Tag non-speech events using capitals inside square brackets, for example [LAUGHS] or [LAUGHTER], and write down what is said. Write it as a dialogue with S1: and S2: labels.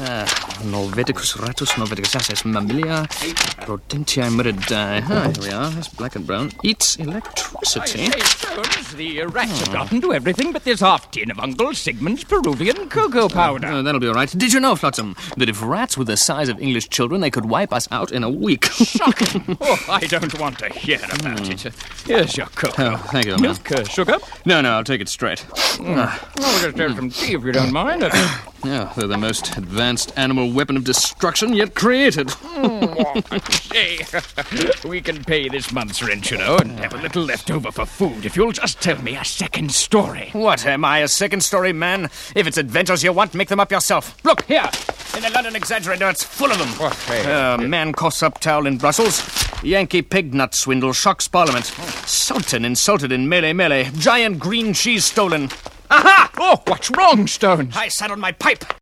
S1: Uh, Norvidicus ratus, Norvidicus asses, mammalia, Rodentia muridae. Ah, here we are. That's black and brown. Eats electricity.
S2: I say, Jones, the uh, rats have gotten to everything but this half tin of Uncle Sigmund's Peruvian cocoa powder.
S1: Oh, that'll be all right. Did you know, Flotsam, that if rats were the size of English children, they could wipe us out in a week? [LAUGHS]
S2: Shocking. oh, I don't want to hear about it. Uh, Here's your cocoa.
S1: oh, thank you, man.
S2: Milk, uh, sugar.
S1: No, no, I'll take it straight.
S2: I'll just have some tea if you don't mind.
S1: Yeah, they're the most advanced animal weapon of destruction yet created.
S2: Say, [LAUGHS] we can pay this month's rent, you know, and have a little left over for food if you'll just tell me a second story.
S1: What am I, a second story man? If it's adventures you want, make them up yourself. Look here, in the London Exaggerator, it's full of them. Uh, man coughs up towel in Brussels. Yankee pig nut swindle shocks Parliament. Sultan insulted in melee melee. Giant green cheese stolen.
S2: Aha! Oh, what's wrong, Stones?
S1: I sat on my pipe.